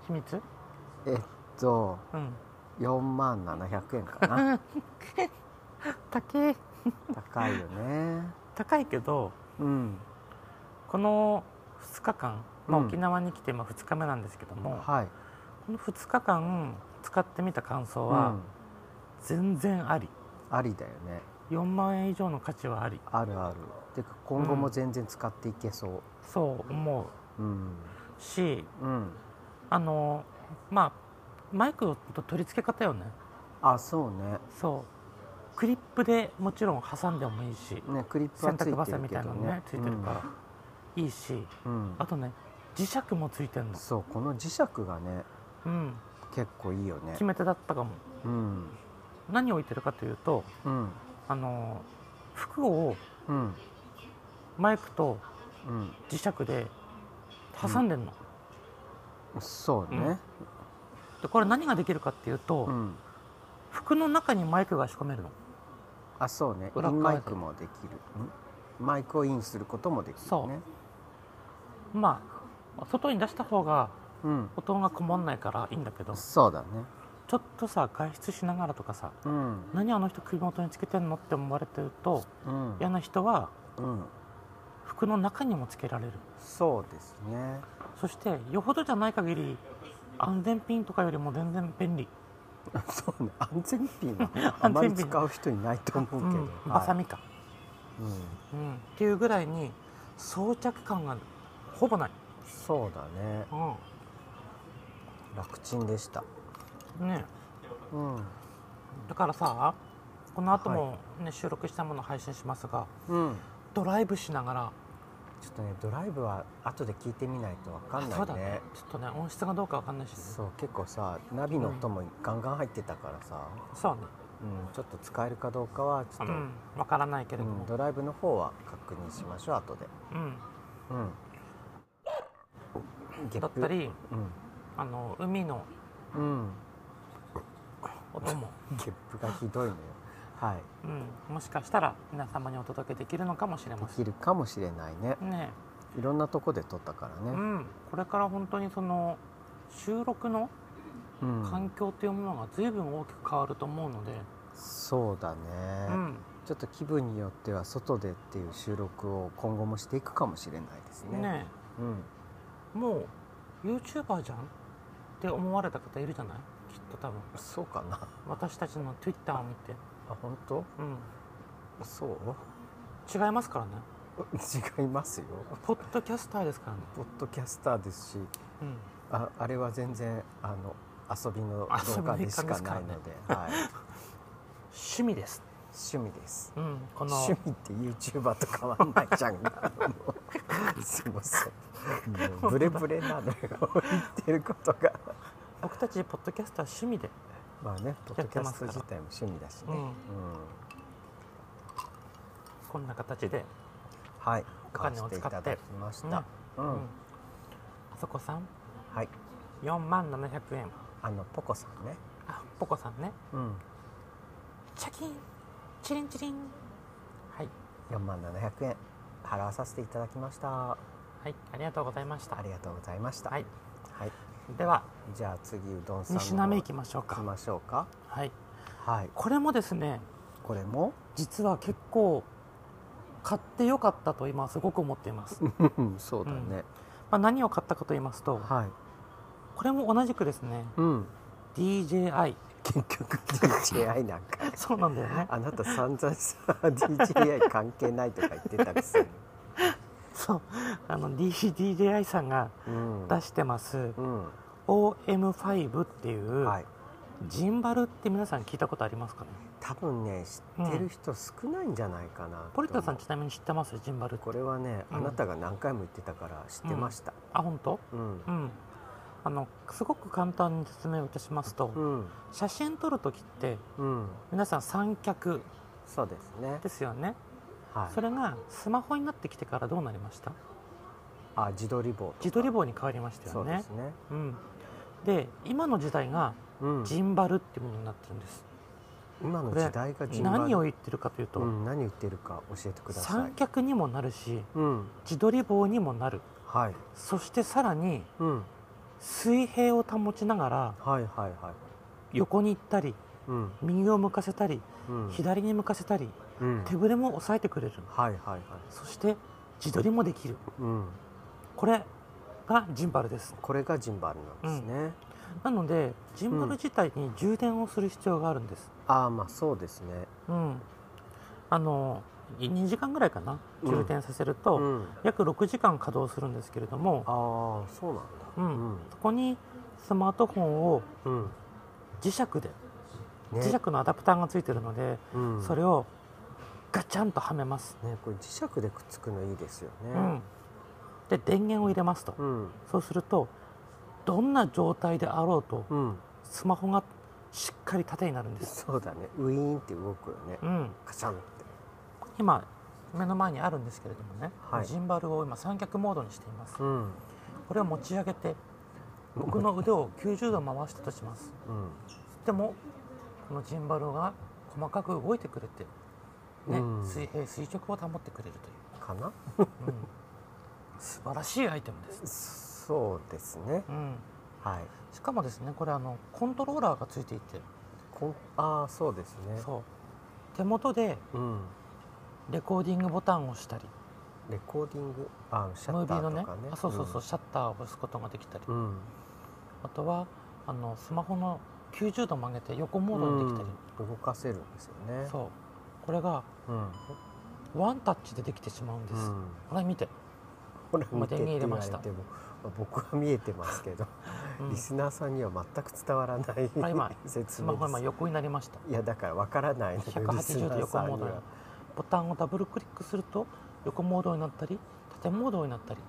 Speaker 1: 秘密
Speaker 2: えっと
Speaker 1: うん
Speaker 2: 4万700円かな
Speaker 1: 高い
Speaker 2: 高いよね
Speaker 1: 高いけど
Speaker 2: うん
Speaker 1: この2日間、まあ、
Speaker 2: うん
Speaker 1: 沖縄に来てまあ2日目なんですけども、
Speaker 2: はい
Speaker 1: 2日間使ってみた感想は、全然あり
Speaker 2: うん、ありだよね
Speaker 1: 4万円以上の価値はあり
Speaker 2: あるあるてか今後も全然使っていけそう
Speaker 1: そう思
Speaker 2: うん
Speaker 1: うし
Speaker 2: うん
Speaker 1: あのまあマイクと取り付け方よね
Speaker 2: あそうね
Speaker 1: そうクリップでもちろん挟んでもいいし
Speaker 2: ねクリップは
Speaker 1: 洗
Speaker 2: つい
Speaker 1: 濯バ
Speaker 2: て
Speaker 1: サ
Speaker 2: る
Speaker 1: み
Speaker 2: け
Speaker 1: たいな
Speaker 2: ど
Speaker 1: の
Speaker 2: ね
Speaker 1: ねついてるから、いいし
Speaker 2: ら、うんうん
Speaker 1: あとね磁石もついてんの
Speaker 2: そうこの磁石がね
Speaker 1: うん
Speaker 2: 結構いいよね
Speaker 1: 決め手だったかも
Speaker 2: うん
Speaker 1: 何を置いてるかというと
Speaker 2: うん
Speaker 1: あの服を
Speaker 2: うん
Speaker 1: マイクと
Speaker 2: うん
Speaker 1: 磁石で挟んでんの、
Speaker 2: そうね
Speaker 1: でこれ何ができるかっていうと、
Speaker 2: うん、
Speaker 1: 服の中にマイクが仕込めるの
Speaker 2: あそうねイ
Speaker 1: 裏
Speaker 2: ン
Speaker 1: 返
Speaker 2: マイ
Speaker 1: せ
Speaker 2: クもできるんマイクをインすることもできる
Speaker 1: そう
Speaker 2: ね
Speaker 1: まあ外に出した方が
Speaker 2: ううん
Speaker 1: 音がこもんないからいいんだけど
Speaker 2: そうだね
Speaker 1: ちょっとさ外出しながらとかさ
Speaker 2: うん
Speaker 1: 何あの人首元につけてんのって思われてると
Speaker 2: うん
Speaker 1: 嫌な人は
Speaker 2: うん
Speaker 1: 服の中にもつけられる
Speaker 2: そうですね
Speaker 1: そしてよほどじゃない限り安全ピンとかよりも全然便利、
Speaker 2: [LAUGHS] そうね安全ピ
Speaker 1: [LAUGHS]
Speaker 2: ンはあまり使う人いないと思う
Speaker 1: う
Speaker 2: けど、
Speaker 1: ん、
Speaker 2: はい
Speaker 1: バサミか、
Speaker 2: うん、
Speaker 1: うん、っていうぐらいに装着感がほぼない、
Speaker 2: そうだね
Speaker 1: う
Speaker 2: 楽ちんでした
Speaker 1: んね、
Speaker 2: うん
Speaker 1: だからさこの後も、ね収録したものを配信しますが
Speaker 2: うん
Speaker 1: ドライブしながら
Speaker 2: ちょっとねドライブは後で聞いてみないとわか
Speaker 1: あ
Speaker 2: ん
Speaker 1: そ
Speaker 2: な
Speaker 1: うだ
Speaker 2: いね
Speaker 1: ねちょっとね音質がどうかわかんないし、ね、
Speaker 2: そう結構さナビの音もガンガン入ってたからさ、
Speaker 1: そうね
Speaker 2: うん、ちょっと使えるかどうかはち
Speaker 1: う
Speaker 2: ょっと、
Speaker 1: んわからないけれ
Speaker 2: う
Speaker 1: ど
Speaker 2: ん
Speaker 1: も、
Speaker 2: ドライブの方は確認しましょう後で、
Speaker 1: うん
Speaker 2: うん、ゲ
Speaker 1: だったり
Speaker 2: うん、
Speaker 1: あの海の
Speaker 2: うん、
Speaker 1: 音も、
Speaker 2: ゲップがひどいのよはい
Speaker 1: うん、もしかしたら皆様にお届けできるのかもしれま
Speaker 2: で
Speaker 1: せ
Speaker 2: きるかもしれないね
Speaker 1: んね
Speaker 2: いろんなとこで撮ったから
Speaker 1: う
Speaker 2: ね、
Speaker 1: ん、これから本当にその収録の
Speaker 2: うん
Speaker 1: 環境というものが随分大きく変わると思うので、
Speaker 2: そうだね、
Speaker 1: うん、
Speaker 2: ちょっと気分によっては外でっていう収録を今後もしていくかもしれないですね
Speaker 1: ね
Speaker 2: うん、
Speaker 1: もう YouTuber じゃんって思われた方いるじゃないきっと多分
Speaker 2: そうかな
Speaker 1: 私たちの Twitter を見て、
Speaker 2: あ本当
Speaker 1: う、
Speaker 2: そうん [LAUGHS]
Speaker 1: 違いますからね
Speaker 2: 違いますよ
Speaker 1: ポッドキャスターですからね、
Speaker 2: ポッドキャスターですし
Speaker 1: うん、
Speaker 2: ああれは全然あの遊びの動画でしかないのではい、
Speaker 1: 趣味です、
Speaker 2: 趣味です
Speaker 1: うん、この
Speaker 2: 趣味って YouTuber と変わんないじゃんかもうすいませんもうブレブレなのよ言ってることが
Speaker 1: 僕たちポッドキャスター趣味で
Speaker 2: まあねポッドキャスト
Speaker 1: やってますから
Speaker 2: 自体も趣味だしね、
Speaker 1: う
Speaker 2: うんん
Speaker 1: こんな形で、
Speaker 2: はい
Speaker 1: お
Speaker 2: 買
Speaker 1: 金
Speaker 2: わせ
Speaker 1: を使
Speaker 2: てい
Speaker 1: って
Speaker 2: ただきまし
Speaker 1: うん
Speaker 2: た、うん
Speaker 1: うんあそこさん
Speaker 2: はい
Speaker 1: 4万700円
Speaker 2: あのポコさんね、
Speaker 1: あポコさんね
Speaker 2: うん、
Speaker 1: チャキンチリンチリンはい
Speaker 2: 4万700円払わさせていただきました
Speaker 1: はいありがとうございました
Speaker 2: ありがとうございました
Speaker 1: はい、
Speaker 2: はい、
Speaker 1: では
Speaker 2: じゃあ次うどんさん
Speaker 1: 2
Speaker 2: の
Speaker 1: 品目いき
Speaker 2: ま
Speaker 1: ましょうか
Speaker 2: ましょうか
Speaker 1: はい
Speaker 2: はい
Speaker 1: これもですね
Speaker 2: これも
Speaker 1: 実は結構買ってよかったと今すごく思っています、ま
Speaker 2: そうだね、
Speaker 1: あ、何を買ったかと言いますと
Speaker 2: はい
Speaker 1: これも同じくですね
Speaker 2: うん
Speaker 1: DJI
Speaker 2: [LAUGHS] 結局 DJI なんか
Speaker 1: そうなんだよね
Speaker 2: あなた散々さ DJI 関係ないとか言ってたくせに
Speaker 1: そうあの D- DJI さんが
Speaker 2: うん
Speaker 1: 出してます
Speaker 2: うん、
Speaker 1: OM5 っていう
Speaker 2: はい
Speaker 1: ジンバルって皆さん聞いたことありますかね
Speaker 2: 多分ね知ってる人少ないんじゃないかな、
Speaker 1: ポリタさん
Speaker 2: と
Speaker 1: ちなみに知ってますジンバルって
Speaker 2: 思うこれはね、
Speaker 1: うん
Speaker 2: あなたが何回も言ってたから知ってました
Speaker 1: あ本当？
Speaker 2: うん
Speaker 1: うんあのすごく簡単に説明をいたしますと、
Speaker 2: うん
Speaker 1: 写真撮るときって
Speaker 2: うん
Speaker 1: 皆さん三脚
Speaker 2: そうですね
Speaker 1: ですよね、
Speaker 2: はい
Speaker 1: それがスマホになってきてからどうなりました
Speaker 2: あ自撮り棒とか
Speaker 1: 自撮り棒に変わりました
Speaker 2: そ
Speaker 1: よ
Speaker 2: う
Speaker 1: ね
Speaker 2: ですね
Speaker 1: うん、で今の時代が
Speaker 2: うん
Speaker 1: ジンバルっていうものになってるんです、
Speaker 2: 今の時代がジンバル
Speaker 1: 何を言ってるかというと、
Speaker 2: うん、何言ってるか教えてください
Speaker 1: 三脚にもなるし
Speaker 2: うん
Speaker 1: 自撮り棒にもなる
Speaker 2: はい
Speaker 1: そしてさらに
Speaker 2: うん
Speaker 1: 水平を保ちながら
Speaker 2: はいはいはい
Speaker 1: 横に行ったり
Speaker 2: うん
Speaker 1: 右を向かせたり
Speaker 2: うん
Speaker 1: 左に向かせたり
Speaker 2: うん
Speaker 1: 手ぶれも抑えてくれる
Speaker 2: はいはいはい
Speaker 1: そして自撮りもできる
Speaker 2: うん
Speaker 1: これがジンバルです
Speaker 2: これがジンバルなんですね
Speaker 1: なのでジンバル自体に充電をする必要があるんです、
Speaker 2: ああまあそうですね
Speaker 1: うん、あの2時間ぐらいかな
Speaker 2: うん
Speaker 1: 充電させる
Speaker 2: う
Speaker 1: と、
Speaker 2: ん
Speaker 1: 約6時間稼働するんですけれども、
Speaker 2: ああそうなんだ
Speaker 1: うんそこにスマートフォンを
Speaker 2: うん、うん
Speaker 1: 磁石で
Speaker 2: ね
Speaker 1: 磁石のアダプターがついてるので、
Speaker 2: うん、
Speaker 1: それをガチャンとはめます、
Speaker 2: ねこれ磁石でくっつくのいいですよね
Speaker 1: うん、で電源を入れますと、
Speaker 2: うん
Speaker 1: そうするとどんな状態であろうと
Speaker 2: うん
Speaker 1: スマホがしっかり縦になるんです、
Speaker 2: そうだねウィーンって動くよね
Speaker 1: うん、
Speaker 2: カチャンって
Speaker 1: 今目の前にあるんですけれどもね、
Speaker 2: はい
Speaker 1: ジンバルを今三脚モードにしています
Speaker 2: うん
Speaker 1: これを持ち上げて僕の腕を90度回したとします
Speaker 2: うん
Speaker 1: でもこのジンバルが細かく動いてくれて、ね
Speaker 2: うん
Speaker 1: 水平垂直を保ってくれる
Speaker 2: かな
Speaker 1: という、うん素晴らしいアイテムです、
Speaker 2: そうですね
Speaker 1: うん、
Speaker 2: はい
Speaker 1: しかもですねこれあのコントローラーがついていて
Speaker 2: こんああそうですね
Speaker 1: そう手元で
Speaker 2: うん
Speaker 1: レコーディングボタンを押したり
Speaker 2: レコーディングあシャ
Speaker 1: ムー
Speaker 2: ッ
Speaker 1: ビ
Speaker 2: タ
Speaker 1: ーの
Speaker 2: ー
Speaker 1: ね
Speaker 2: とかね
Speaker 1: あそうそうそう、シャッターを押すことができたり、
Speaker 2: うん、うん
Speaker 1: あとはあのスマホの90度曲げて横モードにできたり、
Speaker 2: うん動かせるんですよね
Speaker 1: そうこれが
Speaker 2: う、うん
Speaker 1: ワンタッチでできてしまうんです、
Speaker 2: うん、
Speaker 1: これ見て、
Speaker 2: ほら見て
Speaker 1: 電源
Speaker 2: って
Speaker 1: 入れ
Speaker 2: 言わ
Speaker 1: ま
Speaker 2: れ
Speaker 1: してた
Speaker 2: もまあ僕は見えてますけど、
Speaker 1: [LAUGHS] うん
Speaker 2: リ
Speaker 1: ス
Speaker 2: スナーさんには全く伝わらない
Speaker 1: あ今
Speaker 2: 説
Speaker 1: マ
Speaker 2: 明
Speaker 1: ホ今
Speaker 2: です
Speaker 1: 横になりました
Speaker 2: いやだからわからないのよリス
Speaker 1: 180
Speaker 2: ナ
Speaker 1: 度
Speaker 2: ー
Speaker 1: 横
Speaker 2: さん
Speaker 1: モー
Speaker 2: に
Speaker 1: ドに
Speaker 2: は
Speaker 1: ボタンをダブルクリックすると横モードになったり縦モードになったり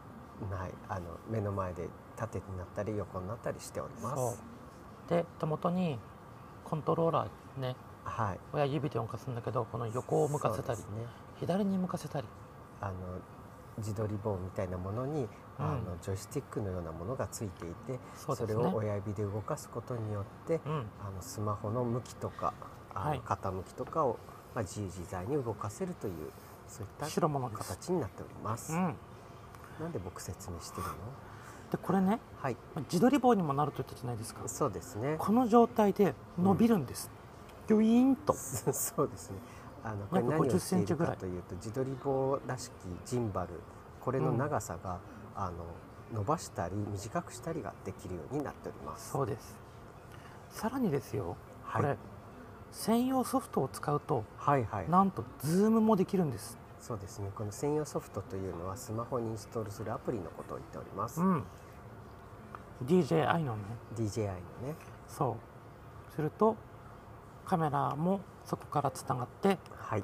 Speaker 2: ないあの目の前で縦になったり横になったりしております
Speaker 1: そうで手元にコントローラーね
Speaker 2: はい
Speaker 1: 親指で動かすんだけどこの横を向かせたり、
Speaker 2: そうですね
Speaker 1: 左に向かせたり
Speaker 2: あの自撮り棒みたいなものに、あのジョイスティックのようなものがついていて
Speaker 1: そうですね
Speaker 2: れを親指で動かすことによって
Speaker 1: うん
Speaker 2: あのスマホの向きとかあの
Speaker 1: はい
Speaker 2: 傾きとかを、まあ、自由自在に動かせるというそういった
Speaker 1: 白物です
Speaker 2: 形になっております、
Speaker 1: うん
Speaker 2: なんで僕説明してるの
Speaker 1: でこれね
Speaker 2: はい
Speaker 1: 自撮り棒にもなると言ったじゃないですか
Speaker 2: そうですね
Speaker 1: この状態で伸びるんです、ギョイーンと
Speaker 2: [LAUGHS] そうですねあのこれ
Speaker 1: 約
Speaker 2: 何を
Speaker 1: 50
Speaker 2: して
Speaker 1: セン
Speaker 2: い
Speaker 1: チ
Speaker 2: る
Speaker 1: ぐらい
Speaker 2: かというと自撮り棒らしきジンバルこれの長さが、あの伸ばしたり短くしたりができるようになっております
Speaker 1: そうですさらにですよこ
Speaker 2: はい
Speaker 1: れ、専用ソフトを使うと
Speaker 2: はいはい
Speaker 1: なんとズームもできるんです、
Speaker 2: そうですねこの専用ソフトというのはスマホにインストールするアプリのことを言っております、
Speaker 1: うん DJI のね
Speaker 2: DJI のね
Speaker 1: そうするとカメラもそこからつながって
Speaker 2: はい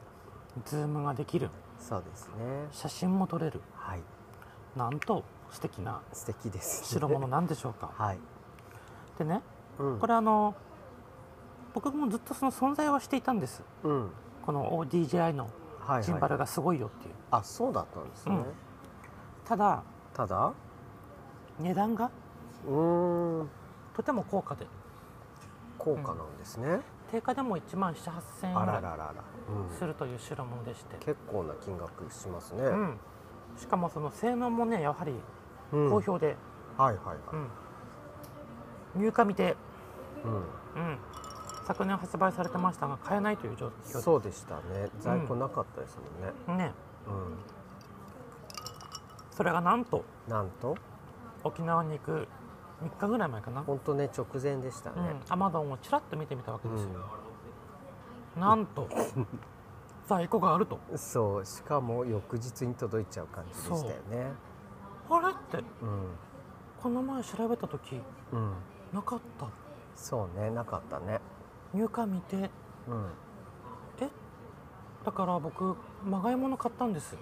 Speaker 1: ズームができる
Speaker 2: そうですね
Speaker 1: 写真も撮れる
Speaker 2: はい
Speaker 1: なんと素敵な
Speaker 2: 素敵です、ね、
Speaker 1: 白物なんでしょうか
Speaker 2: はい、
Speaker 1: でね
Speaker 2: うん、
Speaker 1: これあの僕もずっとその存在はしていたんです
Speaker 2: うん
Speaker 1: この DJI の
Speaker 2: はいはい
Speaker 1: ジンバルがすごいよっていう、
Speaker 2: あそうだったんですね、
Speaker 1: うんただ
Speaker 2: ただ
Speaker 1: 値段が
Speaker 2: うーん
Speaker 1: とても高価で
Speaker 2: 効果なんですね、
Speaker 1: 定価でも1万7 8 0 0
Speaker 2: あ
Speaker 1: 円ぐ
Speaker 2: らら
Speaker 1: ら
Speaker 2: ら
Speaker 1: い
Speaker 2: ら、うん、
Speaker 1: するという代物でして、
Speaker 2: 結構な金額しますね、
Speaker 1: うん、しかもその性能もねやはり
Speaker 2: うん
Speaker 1: 好評で、
Speaker 2: はいはいはい、
Speaker 1: うん入荷未定、
Speaker 2: うん
Speaker 1: うん、昨年発売されてましたが買えないという状況
Speaker 2: そうでしたね在庫なかったですもんね、
Speaker 1: ね
Speaker 2: うん
Speaker 1: それがなんと
Speaker 2: なんと
Speaker 1: 沖縄に行く3日ぐらい前かな
Speaker 2: 本当ね直前でしたね、
Speaker 1: アマゾンをちらっと見てみたわけですよ、
Speaker 2: う
Speaker 1: なんと在庫があると
Speaker 2: ん、そうしかも翌日に届いちゃう感じでしたよね
Speaker 1: あれって
Speaker 2: うん、
Speaker 1: この前調べた時
Speaker 2: うん、
Speaker 1: なかった
Speaker 2: そうねなかったね
Speaker 1: 入荷見て
Speaker 2: う
Speaker 1: えだから僕まがいもの買ったんです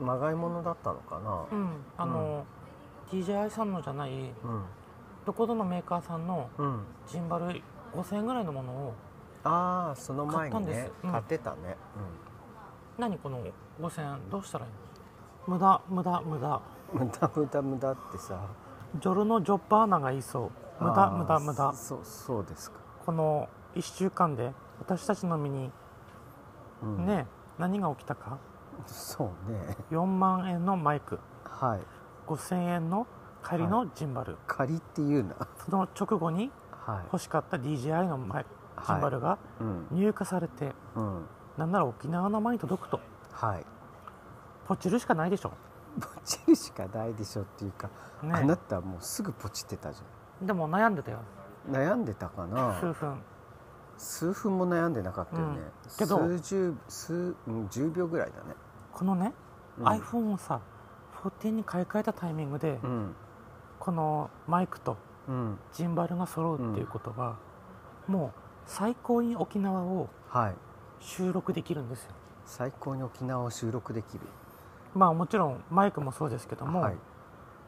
Speaker 2: んまがいものだったのかな
Speaker 1: うんあの、DJI さんのじゃない
Speaker 2: うん
Speaker 1: どこどのメーカーさんの
Speaker 2: うん、
Speaker 1: ジンバル5000円ぐらいのものを
Speaker 2: ああその前に
Speaker 1: 買ったん
Speaker 2: ね
Speaker 1: ですうん
Speaker 2: 買ってたね、
Speaker 1: 何この5000円どうしたらいいの無駄無駄無駄
Speaker 2: うん、無駄無駄無駄ってさ
Speaker 1: ジョルノ・ジョッパーナが言いそう無駄
Speaker 2: あー
Speaker 1: 無駄無駄
Speaker 2: そそうですか、
Speaker 1: この1週間で私たちの身に
Speaker 2: うん、
Speaker 1: ね、何が起きたか
Speaker 2: そうね
Speaker 1: 4万円のマイク
Speaker 2: はい
Speaker 1: 5000円の仮のジンバル、
Speaker 2: 仮っていうな
Speaker 1: その直後に
Speaker 2: はい、
Speaker 1: 欲しかった DJI のマイクジンバルが
Speaker 2: うん
Speaker 1: 入荷されて、
Speaker 2: うん、
Speaker 1: なんなら沖縄の前に届くと
Speaker 2: はい
Speaker 1: ポチるしかないでしょ、
Speaker 2: ポチるしかないでしょっていうか、あな
Speaker 1: ね、
Speaker 2: たもうすぐポチってたじ
Speaker 1: でも悩んでたよ
Speaker 2: 悩んでたかな
Speaker 1: 数分
Speaker 2: 数分も悩んでなかったよ
Speaker 1: う
Speaker 2: ね、
Speaker 1: んけど
Speaker 2: 数十数、うん、10秒ぐらいだね、
Speaker 1: このね、
Speaker 2: うん
Speaker 1: iPhone をさ14に買い替えたタイミングで、
Speaker 2: うん
Speaker 1: このマイクと
Speaker 2: うん
Speaker 1: ジンバルが揃うっていうことは、もう最高に沖縄を
Speaker 2: はい
Speaker 1: 収録できるんですよ
Speaker 2: 最高に沖縄を収録できる
Speaker 1: まあもちろんマイクもそうですけども、
Speaker 2: はい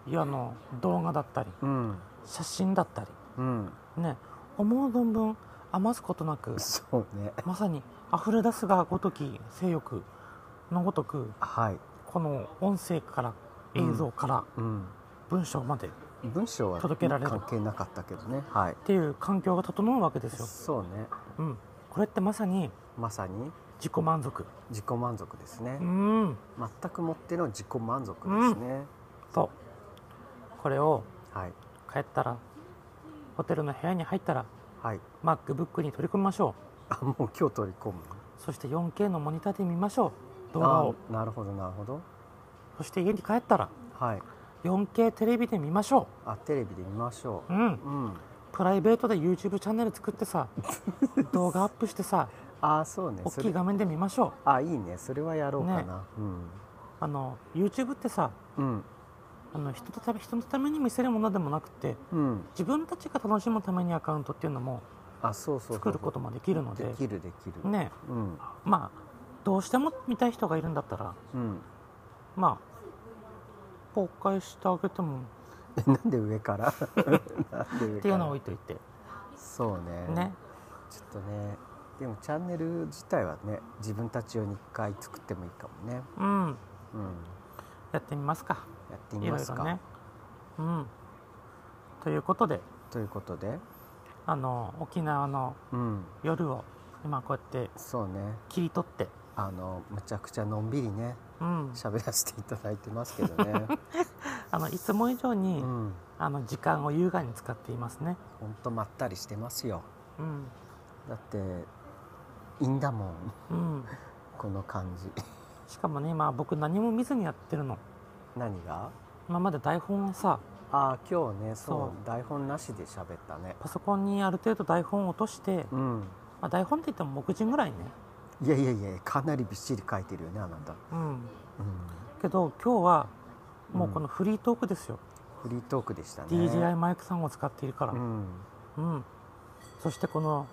Speaker 1: いやあの動画だったり
Speaker 2: うん
Speaker 1: 写真だった
Speaker 2: うん
Speaker 1: りね思う存分余すことなく
Speaker 2: そうね
Speaker 1: まさに溢れ出すがごとき性欲のごとく
Speaker 2: はい、
Speaker 1: この音声から映像から
Speaker 2: うん、
Speaker 1: 文章までっ
Speaker 2: 文章は
Speaker 1: 届けられる
Speaker 2: 関係なかったけどねはい
Speaker 1: ていう環境が整うわけですよ、
Speaker 2: そうね
Speaker 1: うん、これってまさに
Speaker 2: まさに
Speaker 1: 自己満足
Speaker 2: 自己満足ですね、
Speaker 1: うん
Speaker 2: 全くもっての自己満足ですね、
Speaker 1: そうこれを
Speaker 2: はい
Speaker 1: 帰ったらホテルの部屋に入ったら
Speaker 2: はい
Speaker 1: MacBook に取り込みましょ
Speaker 2: あもう今日取り込
Speaker 1: う
Speaker 2: む
Speaker 1: そして 4K のモニターで見ましょう動画を
Speaker 2: あなるほどなるほど
Speaker 1: そして家に帰ったら
Speaker 2: はい
Speaker 1: 4K テレビで見ましょ
Speaker 2: あテレビで見ましょ
Speaker 1: ううん
Speaker 2: ううん
Speaker 1: プライベートで YouTube チャンネル作って
Speaker 2: [LAUGHS]
Speaker 1: さ動画アップしてさ
Speaker 2: あそうね
Speaker 1: 大
Speaker 2: そ
Speaker 1: きい
Speaker 2: れ
Speaker 1: 画面で見ましょ
Speaker 2: あいいねそれはやろうかな、うん
Speaker 1: うあの YouTube ってさ
Speaker 2: うん
Speaker 1: あの人とため人のために見せるものでもなくて
Speaker 2: うん
Speaker 1: 自分たちが楽しむためにアカウントっていうのも
Speaker 2: あそうそうそう
Speaker 1: 作ることもできるので
Speaker 2: できるできる、
Speaker 1: ね
Speaker 2: うん
Speaker 1: まあどうしても見たい人がいるんだったら
Speaker 2: うん
Speaker 1: まあ公開してあげても
Speaker 2: え [LAUGHS] なんで上からなんで上か
Speaker 1: [LAUGHS]
Speaker 2: ら
Speaker 1: っていうのを置いといて
Speaker 2: そうね
Speaker 1: ね
Speaker 2: ちょっとねでもチャンネル自体はね自分たち用に一回作ってもいいかもね、
Speaker 1: うん
Speaker 2: うん、
Speaker 1: やってみますか
Speaker 2: やって
Speaker 1: い
Speaker 2: み
Speaker 1: ろ
Speaker 2: ま
Speaker 1: い
Speaker 2: すか
Speaker 1: ろねうんということで
Speaker 2: ということで
Speaker 1: あの沖縄の
Speaker 2: うん
Speaker 1: 夜を今こうやって
Speaker 2: そうね
Speaker 1: 切り取って、
Speaker 2: あのむちゃくちゃのんびりね
Speaker 1: うん、
Speaker 2: 喋らせていただいてますけどね、
Speaker 1: [LAUGHS] あのいつも以上
Speaker 2: う
Speaker 1: に、
Speaker 2: ん、
Speaker 1: あの時間を優雅に使っていますね、
Speaker 2: ほんとまったりしてますよ
Speaker 1: うん
Speaker 2: だっていいんだもん
Speaker 1: うん、
Speaker 2: この感じ
Speaker 1: しかもね今僕何も見ずにやってるの
Speaker 2: 何が
Speaker 1: 今まで台本をさ
Speaker 2: ああ今日ねそう
Speaker 1: そう
Speaker 2: 台本なしで喋ったね
Speaker 1: パソコンにある程度台本を落として、
Speaker 2: うん
Speaker 1: まあ、台本って言っても目次ぐらいね、
Speaker 2: いやいやいやかなりびっしり書いてるよねあなた、
Speaker 1: うん、
Speaker 2: うん、
Speaker 1: けど今日はもううんこのフリートークですよ、
Speaker 2: フリートークでしたね
Speaker 1: DJI マイクさんを使っているから、
Speaker 2: う
Speaker 1: うん
Speaker 2: ん
Speaker 1: そしてこの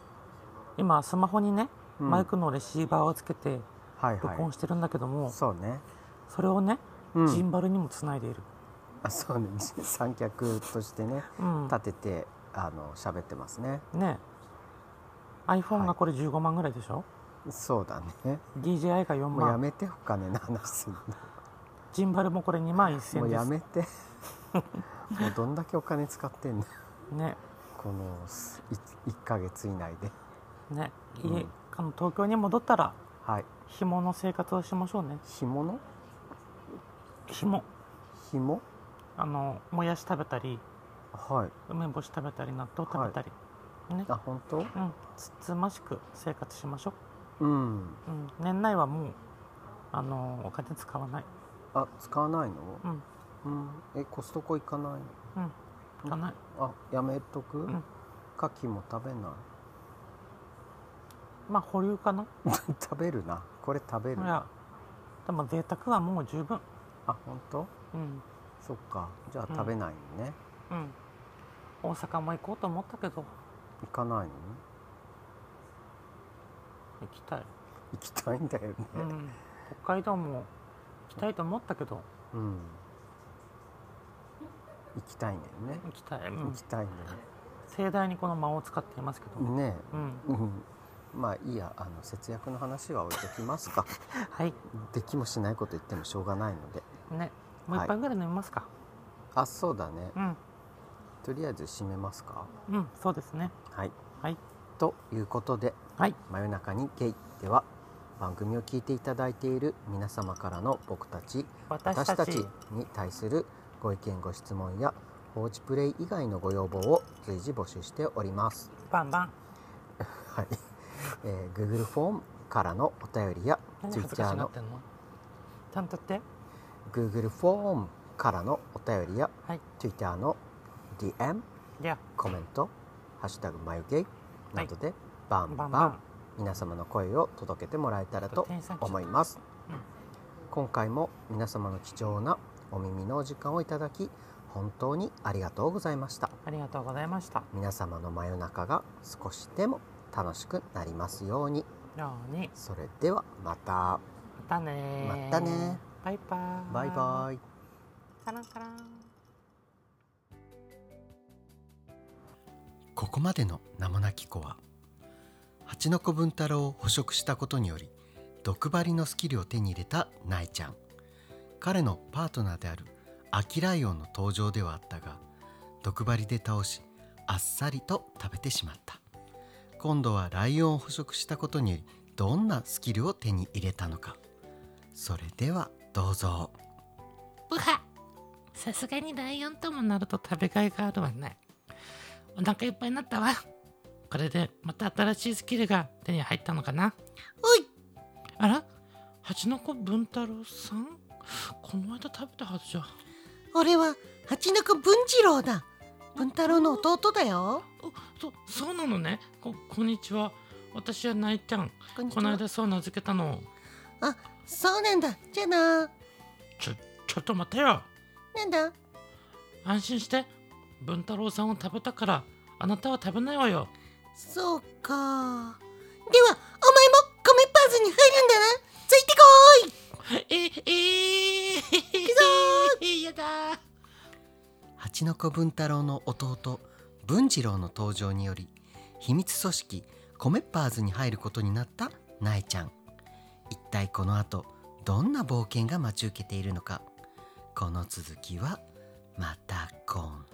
Speaker 1: 今スマホにね、
Speaker 2: うん
Speaker 1: マイクのレシーバーをつけて
Speaker 2: はい
Speaker 1: 録
Speaker 2: は
Speaker 1: 音してるんだけども、
Speaker 2: いそうね、
Speaker 1: それをね、
Speaker 2: うん
Speaker 1: ジンバルにもつないでいる、
Speaker 2: あそうね [LAUGHS] 三脚としてね
Speaker 1: うん、
Speaker 2: 立ててあの喋ってますね
Speaker 1: ね iPhone
Speaker 2: は
Speaker 1: が
Speaker 2: い
Speaker 1: これ15万ぐらいでしょ、
Speaker 2: そうだね
Speaker 1: DJI が4
Speaker 2: もうや
Speaker 1: 万
Speaker 2: めてお金の話すん
Speaker 1: ジンバルもこれ2万
Speaker 2: のも
Speaker 1: 1000
Speaker 2: う
Speaker 1: で
Speaker 2: や
Speaker 1: す
Speaker 2: めてもうどんだけお金使ってんの
Speaker 1: ね
Speaker 2: この1ヶ月以内で
Speaker 1: ね
Speaker 2: う
Speaker 1: 家、
Speaker 2: ん
Speaker 1: あの東京に戻ったら
Speaker 2: はい
Speaker 1: 紐の生活をしましょうね
Speaker 2: 干物
Speaker 1: 紐
Speaker 2: 干物
Speaker 1: あのもやし食べたり
Speaker 2: はい
Speaker 1: 梅干し食べたり納豆食べたり、ね
Speaker 2: あ本当
Speaker 1: うんつつましく生活しましょ
Speaker 2: うん
Speaker 1: う、うん、年内はもうあのお金使わない
Speaker 2: あ使わないの
Speaker 1: うん
Speaker 2: うんえコストコ行かないの
Speaker 1: うんいかない
Speaker 2: あやめとく、
Speaker 1: ん
Speaker 2: 牡蠣も食べない
Speaker 1: まあ保留かな
Speaker 2: 食べるなこれ食べる
Speaker 1: いやでも贅沢はもう十分
Speaker 2: あ本当
Speaker 1: うん
Speaker 2: そっかじゃあ
Speaker 1: うん
Speaker 2: 食べないのね、
Speaker 1: うん大阪も行こうと思ったけど
Speaker 2: 行かないの
Speaker 1: 行きたい、
Speaker 2: 行きたいんだよね
Speaker 1: うん、北海道も行きたいと思ったけど
Speaker 2: うん、行きたいんだよね、
Speaker 1: 行きたい、う
Speaker 2: 行
Speaker 1: ん
Speaker 2: き、たいんだよね
Speaker 1: 盛大にこの間を使っていますけど、
Speaker 2: ね
Speaker 1: う
Speaker 2: え、
Speaker 1: ん、
Speaker 2: うん、まあいいやあの節約の話は置いときま
Speaker 1: [LAUGHS]
Speaker 2: すか
Speaker 1: はい
Speaker 2: できもしないこと言ってもしょうがないので
Speaker 1: ねもう一杯ぐらい飲みますか、
Speaker 2: あそうだね
Speaker 1: うん
Speaker 2: とりあえず締めますか
Speaker 1: うんそうですね
Speaker 2: はい
Speaker 1: はい
Speaker 2: ということで
Speaker 1: はい
Speaker 2: 真夜中にゲイでは番組を聞いていただいている皆様からの僕たち
Speaker 1: 私
Speaker 2: 私
Speaker 1: た
Speaker 2: た
Speaker 1: ち
Speaker 2: ちに対するご意見ご質問や放置プレイ以外のご要望を随時募集しております、
Speaker 1: バンバン
Speaker 2: はい [LAUGHS] えー Google フォームからのお便りや
Speaker 1: 何恥ずか
Speaker 2: Twitter
Speaker 1: しが
Speaker 2: の
Speaker 1: ってんのちゃんと言って
Speaker 2: Google フォームからのお便りや
Speaker 1: はい
Speaker 2: Twitter の DM
Speaker 1: じゃ
Speaker 2: コメント「ハッシュタグ眉毛などで、バンバ
Speaker 1: バ
Speaker 2: ン
Speaker 1: ンバン
Speaker 2: 皆様の声を届けてもらえたらと思います、
Speaker 1: うん
Speaker 2: 今回も皆様の貴重なお耳のお時間をいただき本当にありがとうございました
Speaker 1: ありがとうございました
Speaker 2: 皆様の真夜中が少しでも楽しくなりますように
Speaker 1: ように
Speaker 2: それではまた
Speaker 1: またねー
Speaker 2: またね
Speaker 1: バイバーイ
Speaker 2: バイバイ
Speaker 1: イカランカラン
Speaker 2: ここまでの名もなき子は八の子文太郎を捕食したことにより毒針のスキルを手に入れたナイちゃん彼のパートナーであるアキライオンの登場ではあったが毒針で倒しあっさりと食べてしまった今度はライオンを捕食したことによりどんなスキルを手に入れたのかそれではどうぞ
Speaker 1: ブハさすがにライオンともなると食べがいがあるわねお腹いっぱいになったわこれでまた新しいスキルが手に入ったのかなおいあら蜂の子文太郎さんこの間食べたはずじゃ
Speaker 3: 俺は八の子文次郎だ文太郎の弟だよ
Speaker 1: おそそうなのねここんにちは私はないちゃん
Speaker 3: こんにち
Speaker 1: この
Speaker 3: は
Speaker 1: 間そう名付けたの
Speaker 3: そうなんだじゃあな
Speaker 1: ちょちょっと待てよ
Speaker 3: なんだ
Speaker 1: 安心して文太郎さんを食べたからあなたは食べないわよ
Speaker 3: そうかではお前も米パーズに入るんだなついてこーい
Speaker 1: ええええ [LAUGHS] やだ
Speaker 2: 八の子文太郎の弟文次郎の登場により秘密組織コメッパーズに入ることになったナエちゃん一体この後どんな冒険が待ち受けているのかこの続きはまた今度。